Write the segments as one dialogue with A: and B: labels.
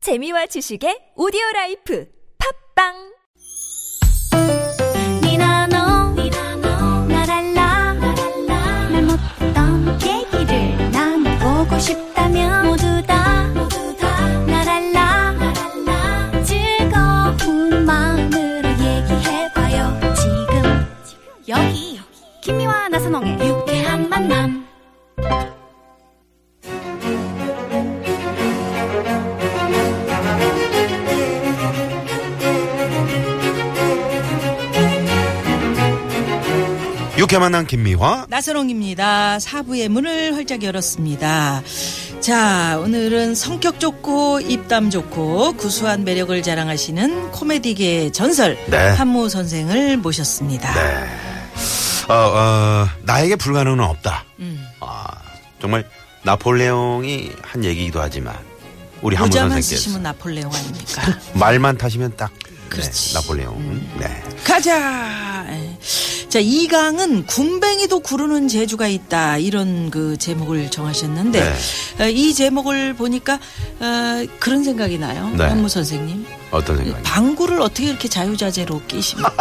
A: 재미와 지식의 오디오 라이프 팝빵
B: 니나노 나랄라 말 못했던 얘기를 나눠보고 싶다면 모두 다 나랄라 즐거운 마음으로 얘기해봐요 지금 여기 김미와 나선홍의 유쾌한 만남
C: 육회 만난 김미화.
D: 나선홍입니다. 사부의 문을 활짝 열었습니다. 자, 오늘은 성격 좋고 입담 좋고 구수한 매력을 자랑하시는 코미디계의 전설
C: 네.
D: 한무 선생을 모셨습니다.
C: 어, 어, 나에게 불가능은 없다.
D: 음.
C: 아, 정말 나폴레옹이 한 얘기이기도 하지만 우리 한문
D: 모자만
C: 선생께서
D: 쓰시면 나폴레옹 아닙니까?
C: 말만 타시면 딱
D: 그렇지. 음.
C: 네, 나폴레옹. 네.
D: 가자. 예. 자, 이강은 군뱅이도 구르는 재주가 있다. 이런 그 제목을 정하셨는데
C: 네.
D: 어, 이 제목을 보니까 어, 그런 생각이 나요.
C: 네.
D: 한무 선생님.
C: 어떤 생각이?
D: 방구를 어떻게 이렇게 자유자재로 끼십니까?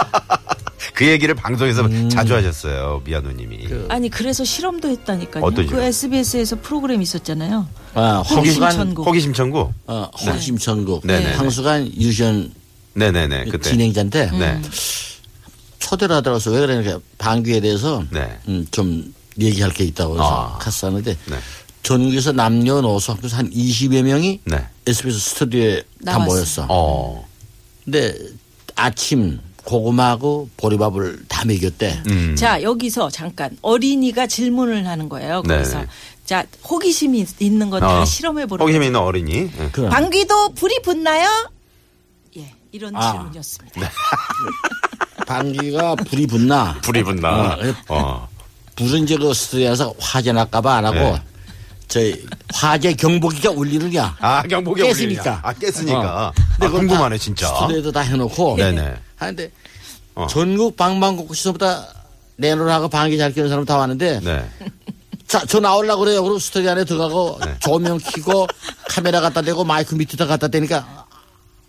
C: 그 얘기를 방송에서
E: 음.
C: 자주 하셨어요, 미아노님이.
D: 아니 그래서 실험도 했다니까요.
C: 어떤
D: 그
C: 실험?
D: SBS에서 프로그램 있었잖아요.
E: 아,
D: 호기심
E: 황수관,
D: 천국.
C: 호기심 천국.
E: 어, 호기심 천국.
C: 네, 네, 네.
E: 황수관 유시현
C: 네네네. 그때.
E: 진행자인데
C: 네.
D: 음.
E: 초대를 하더라고서 왜 그러냐. 그러니까 방귀에 대해서
C: 네.
E: 음, 좀 얘기할 게 있다고 해서
C: 아.
E: 갔었는데
C: 네.
E: 전국에서 남녀노소 합해서 한 20여 명이
C: 네.
E: SBS 스튜디오에 다
D: 나왔어요.
E: 모였어.
C: 어.
E: 근데 아침 고구마하고 보리밥을 다 먹였대.
C: 음.
D: 자 여기서 잠깐 어린이가 질문을 하는 거예요. 그래서
C: 네.
D: 자 호기심이 있- 있는 거 다
C: 어.
D: 실험해 보는
C: 호기심 있는 어린이. 네.
E: 그
D: 방귀도 불이 붙나요? 예 이런
E: 아.
D: 질문이었습니다.
C: 네.
E: 방귀가 불이 붙나?
C: 불이 붙나. 어.
E: 불은 이제 그 스튜디오에서 화재 날까봐 안 하고
C: 네.
E: 저희 화재 경보기가 울리느냐?
C: 아, 경보기
E: 깼으니까.
C: 아, 깼으니까.
E: 어.
C: 아,
E: 근데 그걸
C: 궁금하네,
E: 다
C: 진짜.
E: 스튜디오에도 다 해놓고.
C: 네네.
E: 하는데
C: 어.
E: 전국 방방곡곡시서보다 내노라고 방귀 잘 끼는 사람 다 왔는데
C: 네.
E: 자, 저 나오려고 그래요. 그럼 스튜디오 안에 들어가고
C: 네.
E: 조명 켜고 카메라 갖다 대고 마이크 밑에다 갖다 대니까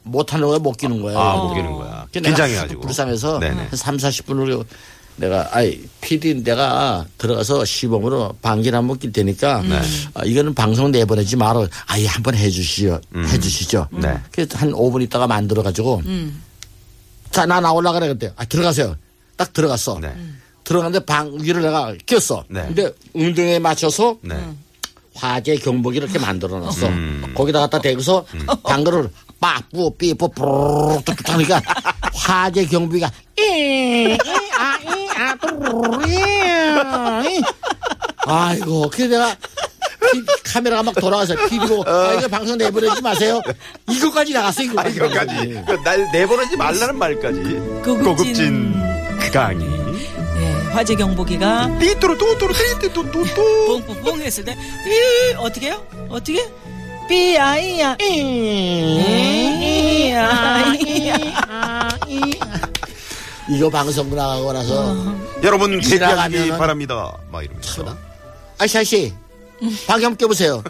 E: 못하는 거야, 못 끼는 거야.
D: 어.
C: 아, 못 끼는 거야.
E: 그러니까 내가
C: 긴장해가지고.
E: 불쌍해서
C: 네네.
E: 한 3, 40분을 내가 아이 PD 내가 들어가서 시범으로 방귀를 한번 낄 테니까
C: 음. 네.
E: 아, 이거는 방송 내보내지 말아 아예 한번 해주시오 해주시죠.
C: 네.
E: 그래서 한 5분 있다가 만들어 가지고 자 나 나올라 그래 그때 아 들어가세요. 딱 들어갔어.
C: 네.
E: 들어갔는데 방귀를 내가 꼈어.
C: 네.
E: 근데 운동에 맞춰서
C: 네.
D: 음.
E: 화재 경보기를 이렇게 만들어 놨어.
C: 음.
E: 거기다 갖다 대고서 방글을 빠뿌 삐뿌 뿌르르 뚝뚝 하니까 화재 경보기가 이아이아 아이고 그래 내가 피- 카메라가 막 돌아가서
C: 어.
E: 피디고 아 이거 방송 내보내지 마세요. 이거까지 나갔어 이거.
C: 아, 이거까지. 날 내보내지 말라는 말까지.
D: 고급진.
C: 강의.
D: 예, 화재 경보기가
C: 띠또로 또또로 띠띠또또또.
D: 뽕뽕뽕 했을 때 삐, 어떻게요? 어떻게? 삐아이야 삐아이야
E: 이거 방송 나가고 나서
D: 음.
C: 여러분, 대피하시기
E: 지나가면은-
C: 바랍니다. 막 이러면서.
E: 아시아씨 방귀 한번 껴보세요.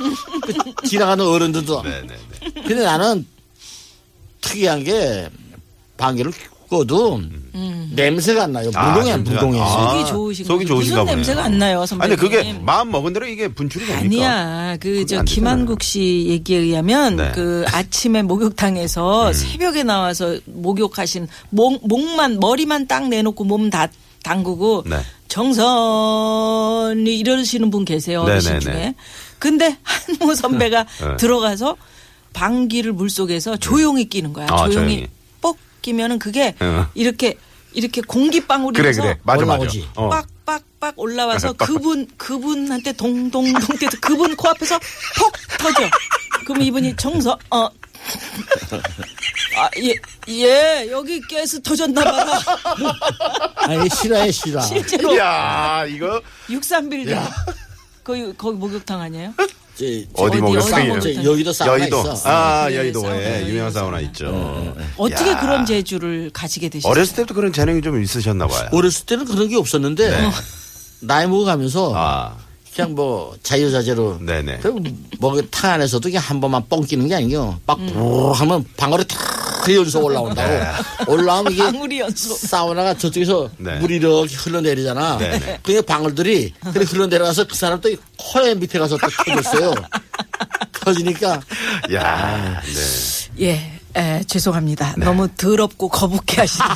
E: 그 지나가는 어른들도
C: 네네네.
D: 음.
E: 근데 나는 특이한 게 방귀를 껴도 냄새가 안 나요.
C: 아,
E: 무동이야
C: 냄새가-
E: 무동이.
C: 아.
D: 속이 좋으신
C: 속이
D: 거예요.
C: 좋으신가
D: 무슨
C: 보네요.
D: 냄새가 안 나요,
C: 아니,
D: 선배님.
C: 근데 그게 마음 먹은 대로 이게 분출이 됩니까?
D: 아니야. 그
C: 그게
D: 저
C: 안 되잖아요.
D: 김한국 씨 얘기에 의하면
C: 네. 음.
D: 그 아침에 목욕탕에서 새벽에 나와서 목욕하신 목, 목만 머리만 딱 내놓고 몸 다 담그고
C: 네.
D: 정선이 이러시는 분 계세요 어르신
C: 네네네.
D: 중에. 근데 한모 선배가
C: 네.
D: 들어가서 방귀를 물 속에서 조용히 끼는 거야.
C: 아,
D: 조용히
C: 조용히.
D: 뻑 끼면은 그게
C: 어.
D: 이렇게 이렇게 공기방울이
C: 그래,
D: 돼서
C: 그래. 맞아, 맞아.
E: 올라오지.
C: 어.
D: 빡빡빡 올라와서 그분 그분한테 동동동 때서 그분 코앞에서 퍽 터져. 그럼 이분이 정서 어. 아, 예, 예, 여기 깨서 터졌나봐요.
E: 아니 싫어해 싫어.
D: 실제로
C: 야 이거.
D: 63빌딩. 거기, 거기 목욕탕 아니에요?
E: 저- 저-
C: 어디
D: 어디,
C: 먹을
D: 어디
C: 수
D: 먹을
C: 있는
D: 수
E: 저 여의도 사우나
C: 여의도.
E: 있어.
C: 아,
D: 네, 사우나,
C: 여의도에
D: 여의도
C: 유명한 사우나 있죠.
D: 어떻게
C: 야.
D: 그런 재주를 가지게 되셨어요?
C: 어렸을 때부터 그런 재능이 좀 있으셨나 봐요.
E: 어렸을 때는 그런 게 없었는데 나이 먹어가면서
C: 네. 아.
E: 그냥 뭐 자유자재로.
C: 네네.
E: 그럼 뭐탕 안에서도 그냥 한 번만 뻥 끼는 게 아니에요. 빡 음. 하면 방울이 탁 연소 올라온다고. 올라오면 이게
D: 방울이 연소.
E: 사우나가 저쪽에서
C: 네.
E: 물이 이렇게 흘러내리잖아.
C: 네네.
E: 그게 방울들이 그래 흘러내려가서 그 사람 또 이 코에 밑에 가서 또 터졌어요. 터지니까
D: 아.
C: 야, 네.
D: 예, 에, 죄송합니다. 너무 더럽고 거북해 하시는.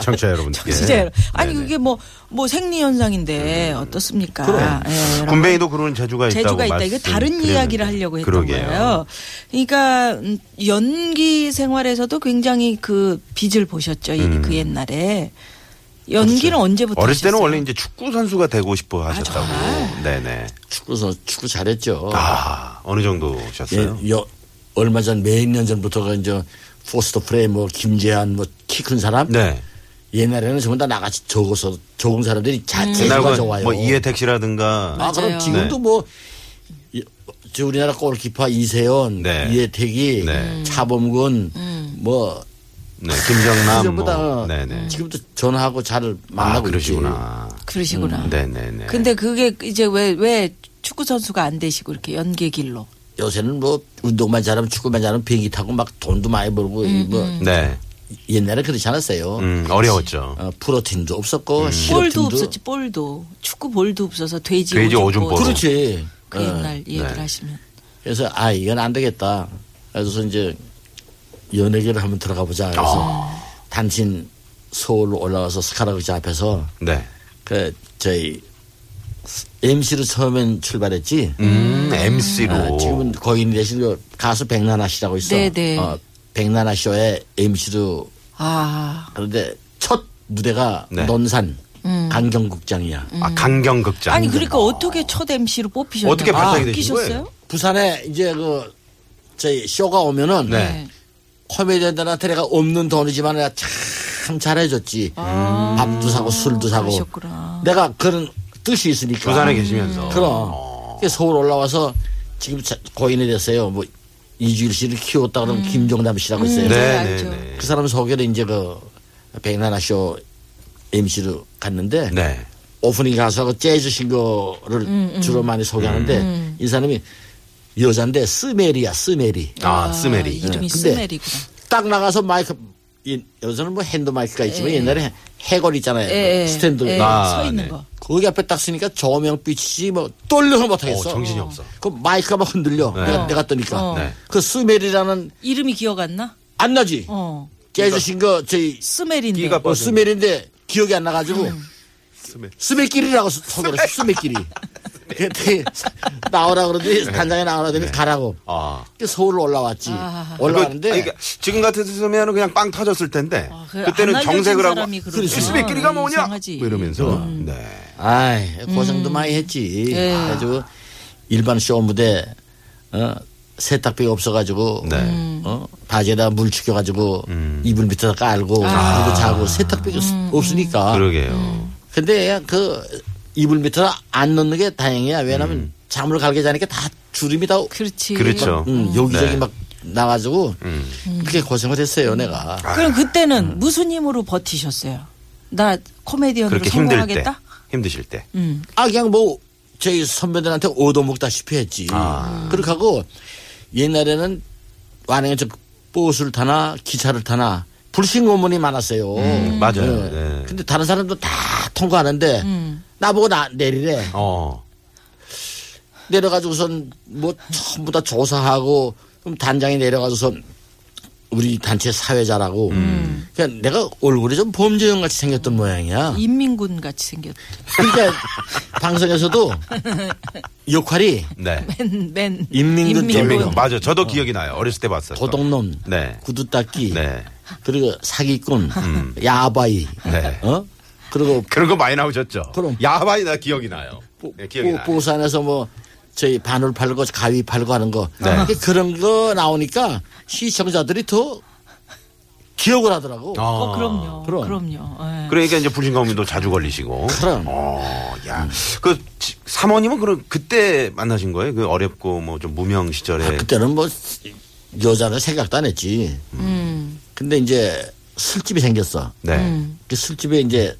C: 청취자 여러분.
D: 진짜 여러- 아니
C: 예. 네네. 음.
D: 그게 뭐 뭐 생리 현상인데 어떻습니까? 예, 여러분.
C: 군뱅이도 그런 재주가 있다고
D: 제주가 있다. 이거 다른
C: 말씀드렸는데.
D: 이야기를 하려고 했던
C: 그러게요.
D: 거예요. 그러니까 음, 연기 생활에서도 굉장히 그 빚을 보셨죠. 이- 그 옛날에 연기는 언제부터
C: 음. 그렇죠. 어렸을 때는
D: 하셨어요? 아,
C: 원래 이제 축구 선수가 되고 싶어 하셨다고. 네네.
E: 축구서 축구 잘했죠.
C: 아 어느 정도셨어요?
E: 예, 여, 얼마 전 몇 년 전부터가 그 이제 포스터 프레임 뭐 김재한 뭐 키 큰 사람
C: 네.
E: 옛날에는 전부 다 나같이 적어서 적은 사람들이 자체가
C: 옛날과
E: 예, 좋아요.
C: 뭐 이혜택 씨라든가
E: 아, 그럼
D: 맞아요.
E: 지금도
C: 네.
E: 뭐, 이- 저 우리나라 골키퍼 이세현,
C: 네.
E: 이혜택이,
C: 네. 음.
E: 차범근,
D: 음.
E: 뭐,
C: 네, 김정남
E: 전부 다
C: 뭐. 네네.
E: 지금도 전화하고 잘
C: 아
E: 만나고 있지.
C: 그러시구나.
D: 그러시구나.
C: 음, 네네네.
D: 근데 그게 이제 왜 왜 축구 선수가 안 되시고 이렇게 연기 길로
E: 요새는 뭐 운동만 잘하면 축구만 잘하면 비행기 타고 막 돈도 많이 벌고
D: 음,
E: 이 뭐
C: 네.
E: 옛날에 그렇지 않았어요.
C: 음, 어려웠죠.
E: 어, 프로팀도 없었고
D: 볼도
E: 실업팀도
D: 음. 없었지 볼도 축구 볼도 없어서 돼지,
C: 돼지 오줌 볼.
D: 그렇지.
E: 그렇지.
D: 그
E: 어,
D: 옛날 얘기를
C: 네.
D: 하시면
E: 그래서 아 이건 안 되겠다. 그래서 이제 연예계를 한번 들어가 보자. 그래서 단신 서울로 올라와서 스카라그자 앞에서
C: 네.
E: 그 저희 MC로 처음엔 출발했지.
C: 음, MC로.
E: 어, 지금은 거인 대신 그 가수 백나나 씨라고 있어.
D: 네네.
E: 어, 백나나 쇼의 MC로
D: 아
E: 그런데 첫 무대가
C: 네.
E: 논산 강경국장이야.
C: 아, 강경극장.
D: 음. 아니 그러니까 어떻게 첫 MC로 아, 뽑히셨냐?
C: 어떻게 발탁이 되신 거예요?
E: 부산에 이제 그 저희 쇼가 오면은
C: 네.
E: 코미디언들한테 내가 없는 돈이지만 내가 참 잘해줬지.
D: 아.
E: 밥도 사고 술도 사고.
D: 그러셨구나.
E: 내가 그런 뜻이 있으니까.
C: 부산에 계시면서. 어.
E: 그럼. 그래서 서울 올라와서 지금 자- 고인이 됐어요. 뭐 이주일 씨를 키웠다
D: 음.
E: 그러면 김종남 씨라고
C: 네,
E: 있어요.
C: 네,
D: 알죠.
C: 네.
E: 그 사람 소개로 이제 그 백나나 쇼 MC로 갔는데
C: 네.
E: 오프닝 가수하고 재즈 싱거를
D: 음,
E: 주로 많이 소개하는데 이 사람이 여잔데 스메리야 스메리.
C: 아,
D: 아,
C: 스메리.
D: 이름이
E: 네. 근데-
D: 스멜이구나.
E: 딱 나가서 마이크 이- 여기서는 뭐 핸드 마이크가 있지만 옛날에 해골 있잖아요
D: 예, 예.
E: 네, 스탠드
D: 예,
C: 아,
D: 서 있는
C: 네.
D: 거.
E: 거기 앞에 딱 쓰니까 조명 빛이 뭐 떨려서 못하겠어
C: 어, 정신이 없어.
E: 그 마이크가 막 흔들려
C: 네.
E: 내가, 내가 뜨니까
D: 어.
C: 네.
E: 그 스멜이라는
D: 이름이 기억 안 나?
E: 안 나지
D: 어.
E: 재즈 싱거 저희
D: 스멜인데.
C: 끼가
E: 어, 스멜인데 기억이 안 나가지고
C: 스멜.
E: 스멜끼리라고 소- 소개를 했어 스멜끼리 그때 나오라 그러더니
C: 네.
E: 단장에 나오라 그러더니 가라고
C: 아.
E: 그 서울로 올라왔지 올라왔는데
C: 아니, 그러니까 지금 같았으면 그냥 빵 터졌을 텐데
D: 아, 그안
C: 그때는
D: 알려진
C: 정색을 하고
D: 사람이 그러구나.
C: 이 스메끼리가 뭐냐 뭐
D: 이상하지.
C: 이러면서
E: 음.
C: 네.
E: 아이, 고생도 많이 했지.
D: 예.
E: 아주 일반 쇼 무대, 어, 세탁비가 없어가지고,
C: 네. 음.
E: 어, 바지에다 물 축여가지고, 이불 밑에다 깔고, 그리고 자고, 세탁비가 없- 없으니까.
C: 그러게요.
D: 음.
E: 근데 그 이불 밑에다 안 넣는 게 다행이야. 왜냐면 잠을 갈게 자니까 다 주름이 다,
D: 그렇지.
C: 음. 그렇죠.
E: 음, 여기저기
C: 네. 음.
E: 막 나가지고, 그렇게 고생을 했어요, 내가.
C: 아.
D: 그럼 그때는 무슨 힘으로 버티셨어요? 나 코미디언으로
C: 그렇게 힘들 때,
D: 성공하겠다? 음.
C: 힘드실 때.
E: 아 그냥 뭐 저희 선배들한테 얻어먹다시피 했지.
C: 아.
E: 그렇게 하고 옛날에는 완행에서 버스를 타나 기차를 타나 불신고문이 많았어요.
C: 맞아요. 네.
E: 근데 다른 사람도 다 통과하는데 나보고 나 내리래.
C: 어.
E: 내려가지고선 뭐 전부 다 조사하고 그럼 단장이 내려가서 우리 단체 사회자라고.
C: 음.
E: 그러니까 내가 얼굴이 좀 범죄형 같이 생겼던 모양이야.
D: 인민군 같이 생겼.
E: 그러니까 방송에서도 역할이
C: 네.
D: 맨, 맨.
E: 인민군
C: 인민군.
E: 인민군.
C: 맞아. 저도 기억이 나요. 어렸을 때 봤어요.
E: 도둑놈,
C: 네.
E: 구두 닦기,
C: 네. 음.
E: 그리고 사기꾼, 야바이,
C: 네.
E: 어? 그리고
C: 그런 거 많이 나오셨죠.
E: 그럼.
C: 야바이 나 기억이 나요. 네, 기억이
E: 보-
C: 나요.
E: 보산에서 뭐 저희 바늘 팔고 가위 팔고 하는 거
C: 네.
E: 이게 그런 거 나오니까 시청자들이 더 기억을 하더라고.
C: 아.
D: 어, 그럼요.
E: 그럼.
D: 그럼요. 예.
C: 그러니까 이제 불신검문도 자주 걸리시고.
E: 그럼.
C: 어, 야. 그 지- 사모님은 그럼 그때 만나신 거예요? 그 어렵고 뭐 좀 무명 시절에.
E: 그때는 뭐 여자는 생각도 안 했지. 근데 이제 술집이 생겼어.
C: 음. 네.
D: 음.
E: 그 술집에 이제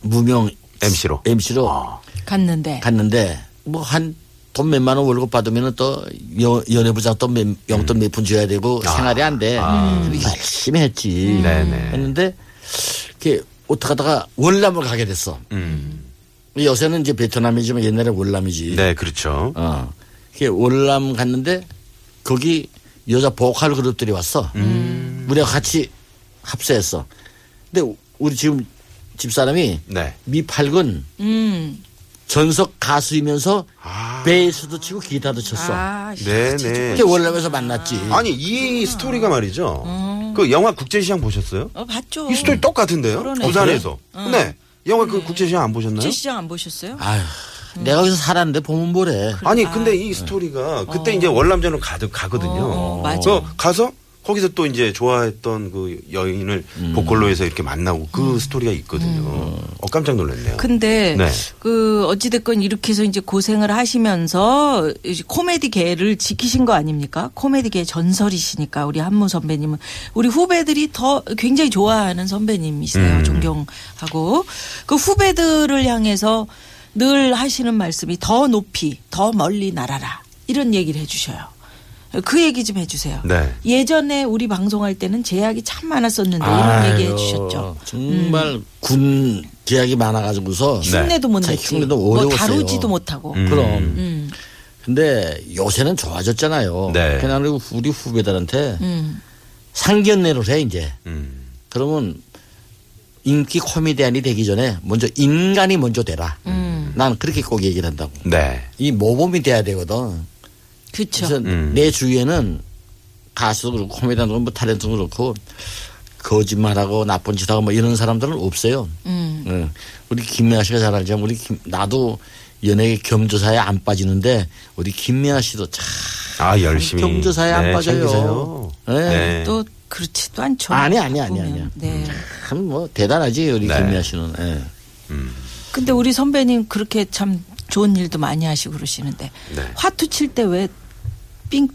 E: 무명
C: MC 로. 아.
E: MC로
D: 갔는데.
E: 갔는데 뭐 한 돈 몇 만 원 월급 받으면 또 여- 연예부장 또 몇-
C: 음.
E: 용돈 몇 푼 줘야 되고 생활이 안 돼. 근데 열심히 했지.
C: 아. 네네.
E: 했는데 이렇게 어떻게 하다가 월남을 가게 됐어. 요새는 이제 베트남이지만 옛날에 월남이지.
C: 음. 네, 그렇죠.
E: 어. 그게 월남 갔는데 거기 여자 보컬 그룹들이 왔어.
C: 음.
E: 우리가 같이 합세했어. 근데 우리 지금 집사람이
C: 네.
E: 미팔군
D: 음.
E: 전속 가수이면서
C: 아.
E: 베이스도 치고 기타도 쳤어.
D: 아, 씨.
C: 네, 네.
E: 그게 월남에서 만났지.
C: 아니, 이 스토리가 말이죠. 그 영화 국제시장 보셨어요?
D: 어, 봤죠.
C: 이 스토리 똑같은데요?
D: 그러네.
C: 부산에서. 네. 영화 그 국제시장 안 보셨나요?
D: 국제 시장 안 보셨어요?
E: 아휴,
D: 음.
E: 내가 여기서 살았는데 보면 뭐래.
C: 아니, 근데 이 스토리가 그때 이제 월남전으로 가, 가거든요.
D: 어, 맞아.
C: 그래서 가서 거기서 또 이제 좋아했던 그 여인을 보컬로 해서 이렇게 만나고 그 스토리가 있거든요. 어, 깜짝 놀랐네요.
D: 근데
C: 네.
D: 그 어찌됐건 이렇게 해서 이제 고생을 하시면서 이제 코미디계를 지키신 거 아닙니까? 코미디계 전설이시니까 우리 한무 선배님은 우리 후배들이 더 굉장히 좋아하는 선배님이세요.
C: 음.
D: 존경하고 그 후배들을 향해서 늘 하시는 말씀이 더 높이 더 멀리 날아라 이런 얘기를 해주셔요. 그 얘기 좀 해주세요.
C: 네.
D: 예전에 우리 방송할 때는 제약이 참 많았었는데 이런 얘기 해주셨죠. 음.
E: 정말 군 계약이 많아가지고서
C: 네.
D: 흉내도 못
E: 참
D: 내지.
E: 네. 흉내도
D: 뭐
E: 어려웠어요. 음.
D: 다루지도 못하고.
C: 음.
E: 그럼.
D: 음.
E: 근데 요새는 좋아졌잖아요.
C: 네.
E: 그냥 우리 후배들한테
D: 음.
E: 상견례를 해 이제.
C: 음.
E: 그러면 인기 코미디언이 되기 전에 먼저 인간이 먼저 되라.
D: 음.
E: 난 그렇게 꼭 얘기를 한다고.
C: 네.
E: 이 모범이 돼야 되거든.
D: 그렇죠.
E: 그래서
C: 음.
E: 내 주위에는 가수도 그렇고 코미디언도 그렇고 뭐 탤런트도 그렇고 거짓말하고 나쁜 짓하고 뭐 이런 사람들은 없어요.
D: 음.
E: 예. 우리 김미아 씨가 잘 알지만 우리 김- 나도 연예 경조사에 안 빠지는데 우리 김미아 씨도 참
C: 아, 열심히.
E: 경조사에 안
C: 네,
E: 빠져요.
C: 챙기세요.
E: 예.
C: 네.
D: 또 그렇지도 않죠.
E: 아니 아니 아니
D: 보면.
E: 아니야.
D: 네.
E: 참 뭐 대단하지 우리
C: 네.
E: 김미아 씨는. 예.
D: 근데 우리 선배님 그렇게 참 좋은 일도 많이 하시고 그러시는데
C: 네.
D: 화투 칠 때 왜 삥?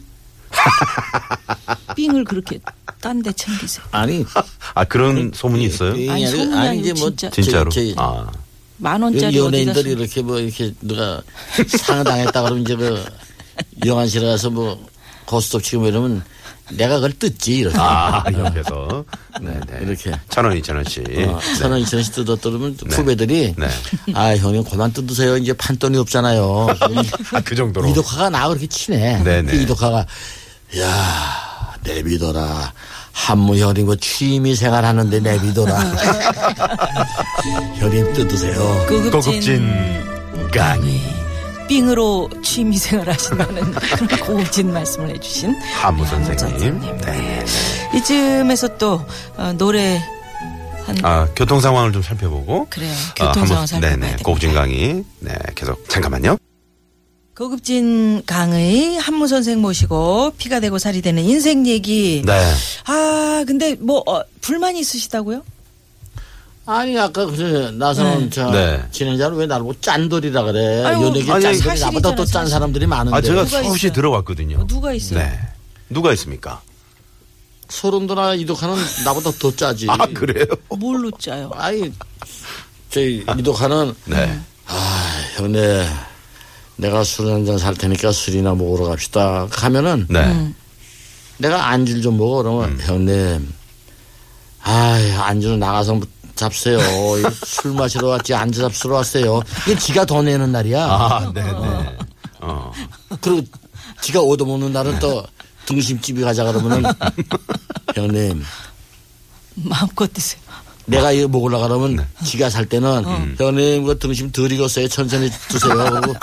D: 삥을 그렇게 딴 데 챙기세요.
E: 아니
C: 아, 그런 소문이 있어요?
E: 이-
D: 아니, 소문이
E: 아니,
D: 아니고
E: 이제 뭐
D: 진짜.
E: 저기-
C: 진짜로.
E: 저기
C: 아.
D: 만 원짜리 어디다
E: 연예인들이
D: 쓰-
E: 이렇게 뭐 이렇게 누가 상을 당했다 그러면 이제 그 영안실에 가서 뭐 고스톱 치고 뭐 이러면 내가 그걸 뜯지 이렇게.
C: 아, 옆에서. 네, 네.
E: 이렇게.
C: 천 원, 네. 이천 원씩.
E: 어, 천 원, 이천 원씩 뜯었다 그러면 후배들이
C: 예. 네.
E: 아 형님 그만 뜯으세요 이제 판돈이 없잖아요.
C: 아, 그 정도로.
E: 이덕화가 나하고 이렇게 친해.
C: 네네.
E: 근데 이덕화가 야 내비둬라. 한무현이 뭐 취미 생활하는데 내비둬라. 현님
D: 그
E: 뜯으세요.
D: 고급진
C: 강의.
D: 삥으로 취미 생활하신다는 그런 고급진 말씀을 해주신
C: 하무 선생님.
D: 선생님.
C: 네.
D: 이쯤에서 또 어, 노래 한
C: 아, 교통 상황을 좀 살펴보고.
D: 그래요.
C: 아,
D: 교통 상황
C: 한번-
D: 살펴봐야
C: 네네.
D: 됩니다.
C: 고진 강의. 네, 계속. 잠깐만요.
D: 고급진 강의 한무 선생 모시고 피가 되고 살이 되는 인생 얘기.
C: 네.
D: 아 근데 뭐 어, 불만 있으시다고요?
E: 아니 아까 그 나선
D: 네.
E: 저
C: 네.
E: 진행자는 왜 나를 뭐 짠돌이라 그래?
D: 아이고,
E: 연예계
C: 아니,
E: 짠돌이
D: 사실이잖아요,
E: 나보다 더 짠
D: 사실.
E: 사람들이 많은데
C: 아, 제가
D: 누가
C: 수없이
D: 있어요?
C: 들어왔거든요.
D: 뭐 누가 있어요?
C: 네. 누가 있습니까?
E: 소름돋아 이덕화는 나보다 더 짜지.
D: 예.
C: 아, 그래요?
D: 뭘로 짜요?
E: 아이 저희 이덕화는
D: 음.
C: 네.
E: 아 형네 내가 술 한 잔 살 테니까 술이나 먹으러 갑시다 하면은
C: 네.
D: 음.
C: 음.
E: 내가 안주를 좀 먹어 그러면 형님 아 안주는 나가서 뭐 잡세요 이술 마시러 왔지 안주 잡수러 왔어요 이게 지가 더 내는 날이야
C: 아, 네네. 어.
E: 그리고 지가 얻어먹는 날은 또 등심집에 가자 그러면은 형님
D: 마음껏 드세요.
E: 내가 이거 먹으려고 그러면 지가 살 때는 형님 이거 등심 덜 익었어요 천천히 드세요 그리고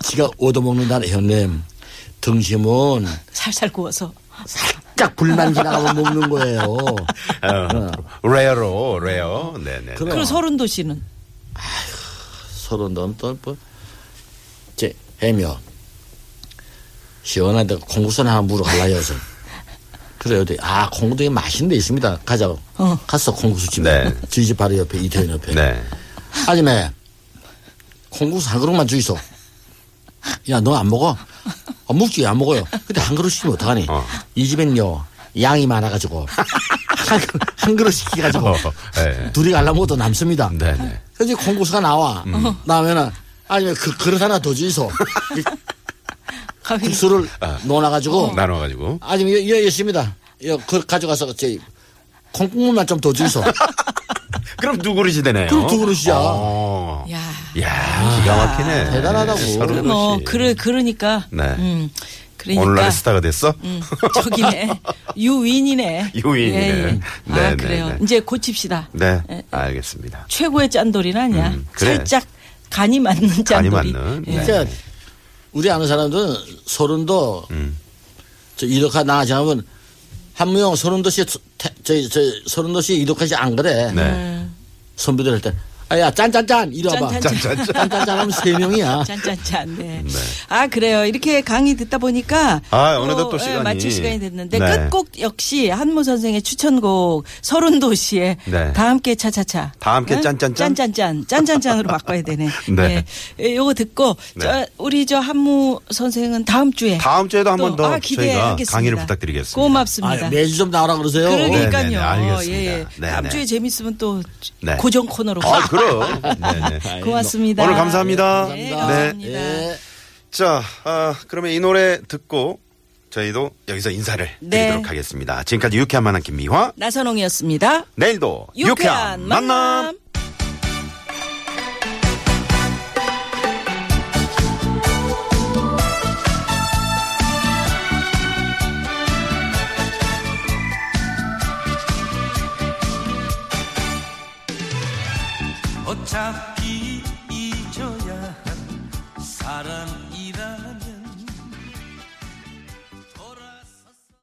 E: 지가 얻어먹는 날 형님 등심은
D: 살살 구워서.
E: 살짝 불만 지나가면 먹는 거예요
C: 어. 레어로, 레어. 네네.
E: 그럼.
D: 그리고 서른도 씨는
E: 서로 넌또뭐제 해며 시원한데 공구선 하나 물어갈라 여서 그래요 어디 아 공구동에 맛있는 데 있습니다 가자고
D: 어.
E: 갔어 공구수 집에
C: 네.
E: 저희 집 바로 옆에 이태원 옆에
C: 네.
E: 아줌마 공구수 한 그릇만 주이소 야 너 안 먹어 아, 먹지 안 먹어요 근데 한 그릇 시키면 어떡하니
C: 어.
E: 이 집엔요 양이 많아가지고 한, 그릇- 한 그릇 시키가지고
C: 어, 네.
E: 둘이 갈라면 또 남습니다
C: 네네.
D: 음.
E: 그래서 공구수가 나와. 나오면은 아니면 그 그릇 하나 더 주이소. 이
C: 그
D: 가위.
E: 국수를
D: 아.
E: 넣어놔가지고
C: 나눠가지고.
E: 아니면 여, 여 있습니다. 여 그릇 가져가서 제 콩국물만 좀 더 주이소.
C: 그럼 두 그릇이 되네요.
E: 그럼 두 그릇이야.
C: 어.
D: 야.
C: 야, 기가 막히네.
E: 대단하다고.
C: 서른
D: 뭐
C: 그릇이.
D: 그러 그러니까.
C: 네.
D: 음. 그러니까.
C: 오늘날 스타가 됐어?
D: 음, 저기네. 유윈이네.
C: 유인이네. 네,
D: 아,
C: 네,
D: 그래요.
C: 네.
D: 이제 고칩시다.
C: 네,
D: 예,
C: 알겠습니다.
D: 최고의 짠돌이는 아니야.
C: 음, 그래.
D: 살짝 간이 맞는
C: 간이
D: 짠돌이.
C: 맞는.
D: 예.
C: 네.
E: 그러니까 우리 아는 사람들은 서른도
D: 음.
E: 저 이덕화 나아지면 한무영 서른도 씨 저저 서른도 씨 이덕화 씨 안 그래
C: 네.
D: 음.
E: 선배들 할 때 아야 짠짠짠 이리 와봐
D: 짠짠.
C: 짠짠짠.
E: 짠짠짠 하면 세 명이야
D: 짠짠짠. 네. 아 그래요. 이렇게 강의 듣다 보니까
C: 아, 어느덧 또
D: 예,
C: 시간이.
D: 마칠 시간이 됐는데
C: 네.
D: 끝곡 역시 한무 선생의 추천곡 서른 도시의
C: 네.
D: 다 함께 차차차.
C: 다 함께
D: 응?
C: 짠짠짠?
D: 짠짠짠 짠짠짠으로 바꿔야 되네.
C: 네.
D: 예. 예, 요거 듣고 저, 우리 저 한무 선생은 다음 주에
C: 다음 주에도 한번
D: 또
C: 더
D: 아, 기대하겠습니다.
C: 저희가 강의를 부탁드리겠습니다.
D: 고맙습니다.
E: 아, 매주 좀 나오라 그러세요
C: 네, 네,
D: 그러니까요.
C: 알겠습니다.
D: 예, 예.
C: 네,
D: 다음
C: 네.
D: 주에 재밌으면 또
C: 네.
D: 고정 코너로.
C: 아, 그럼. 네, 네.
D: 고맙습니다.
C: 오늘 감사합니다.
D: 네,
C: 네.
D: 감사합니다.
E: 예.
C: 자, 아, 그러면 이 노래 듣고 저희도 여기서 인사를
D: 네.
C: 드리도록 하겠습니다. 지금까지 유쾌한 만남 김미화.
D: 나선홍이었습니다.
C: 내일도 유쾌한, 만남.
F: 어차피 잊어야 한 사람